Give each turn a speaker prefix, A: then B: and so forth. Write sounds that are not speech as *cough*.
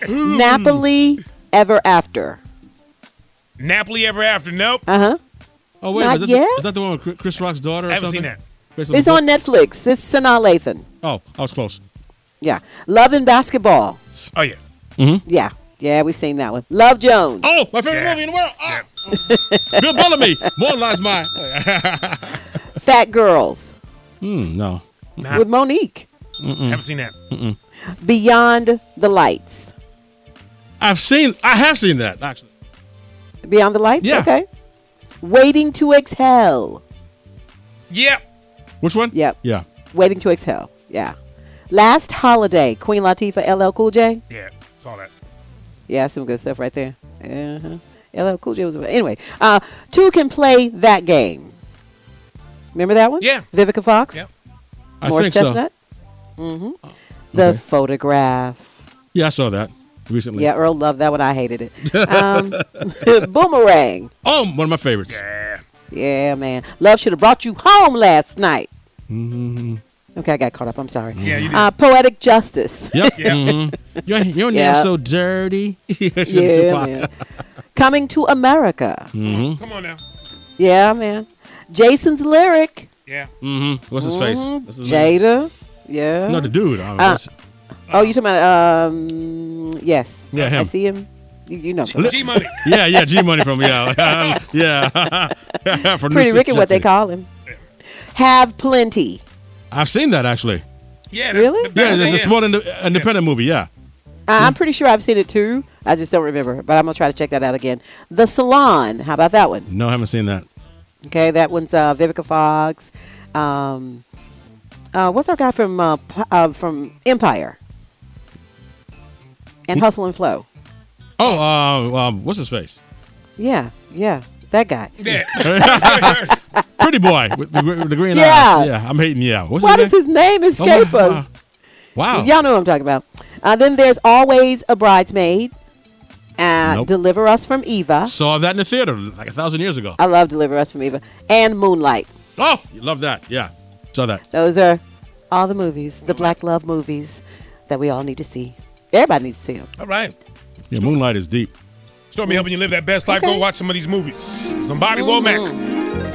A: Mm.
B: Napoli Ever After.
C: Napoli Ever After. Nope.
B: Uh huh.
A: Oh wait,
B: Not
A: is, that
B: yet?
A: The, is that the one with Chris- Chris Rock's daughter? Or
C: I haven't
A: something?
C: seen that.
A: Based
B: It's
A: the
B: on Netflix. It's Sanaa Lathan.
A: book? Oh, I was close.
B: Yeah. Love and Basketball.
C: Oh yeah.
B: Yeah. Yeah, we've seen that one. Love Jones.
A: Mm. Oh, my favorite
C: Yeah.
A: movie in the world. Ah.
B: *laughs*
A: Bill Bellamy mortalized my.
B: Fat Girls
A: Hmm. No.
C: Nah,
B: with Monique.
A: Ah.
C: haven't seen that.
B: Beyond the Lights.
A: I've seen. I have seen that actually.
B: Beyond the Lights?
A: Yeah.
B: Okay. Waiting to Exhale.
C: Yep.
A: Which one?
B: Yep.
A: Yeah.
B: Waiting to Exhale. Yeah. Last Holiday. Queen Latifah, LL Cool J.
C: Yeah. Saw that.
B: Yeah, some good stuff right there. Uh-huh. LL Cool J was anyway. Uh, two can play that game. Remember that one?
C: Yeah.
B: Vivica Fox,
C: Yep.
A: I
B: Morris
A: think
B: Chestnut. Mm-hmm. The
A: Okay.
B: photograph.
A: so. Yeah, I saw that recently.
B: Yeah, Earl loved that one. I hated it. Um, *laughs* boomerang.
A: Oh, one of my favorites.
C: Yeah.
B: Yeah, man. Love should have brought you home last night.
A: Mm-hmm.
B: Okay, I got caught up. I'm sorry.
C: Yeah. You did.
B: Uh, poetic justice.
A: Yep.
C: Yeah.
A: Mm-hmm. Your, your nails
B: Yeah.
A: so dirty. *laughs*
B: yeah, man. Coming to America.
A: Mm-hmm.
C: Come on now.
B: Yeah, man. Jason's lyric.
C: Yeah.
A: Mm-hmm. What's his face?
B: Mhm.
A: What's his name?
B: Jada. Yeah.
A: No, the dude. I mean,
B: Uh,
A: that's-
B: oh, you talking about? Um, yes.
A: Yeah, him.
B: I see him. You, you know, him.
C: G Money.
A: yeah, yeah. G Money from yeah, *laughs* yeah. from
B: pretty
A: New
B: Ricky, what they
A: Jersey.
B: call him. Have plenty.
A: I've seen that actually.
C: Yeah.
B: Really?
A: Yeah,
C: that's
A: it's a small inde- independent movie. Yeah.
B: I
A: Hmm.
B: I'm pretty sure I've seen it too. I just don't remember, but I'm gonna try to check that out again. The Salon. How about that one?
A: No, I haven't seen that.
B: Okay, that one's uh, Vivica Fox. Um, uh, what's our guy from uh, P- uh, from Empire? And Hustle and Flow.
A: Oh, uh, um, what's his face? *laughs*
B: Yeah, yeah, that guy.
C: Yeah.
A: Pretty boy with the, gr- with the green
B: Yeah.
A: eyes. Yeah, I'm hating. Yeah, what's
B: Why
A: his
B: does
A: name?
B: his name escape
A: Oh, wow.
B: us?
A: Wow.
B: Y'all know what I'm talking about. Uh, then there's always a bridesmaid. Uh,
A: Nope.
B: Deliver us from Eva.
A: Saw that in the theater like a thousand years ago.
B: I love Deliver us from Eva and Moonlight.
A: Oh, you love that. Yeah, saw that.
B: Those are all the movies, the Black Love movies that we all need to see. Everybody needs to see them.
C: All right.
A: Yeah, Moonlight is deep.
C: Stormy helping you live that best life. Go
B: Okay. Mm-hmm.
C: watch some of these movies. Some Bobby Womack.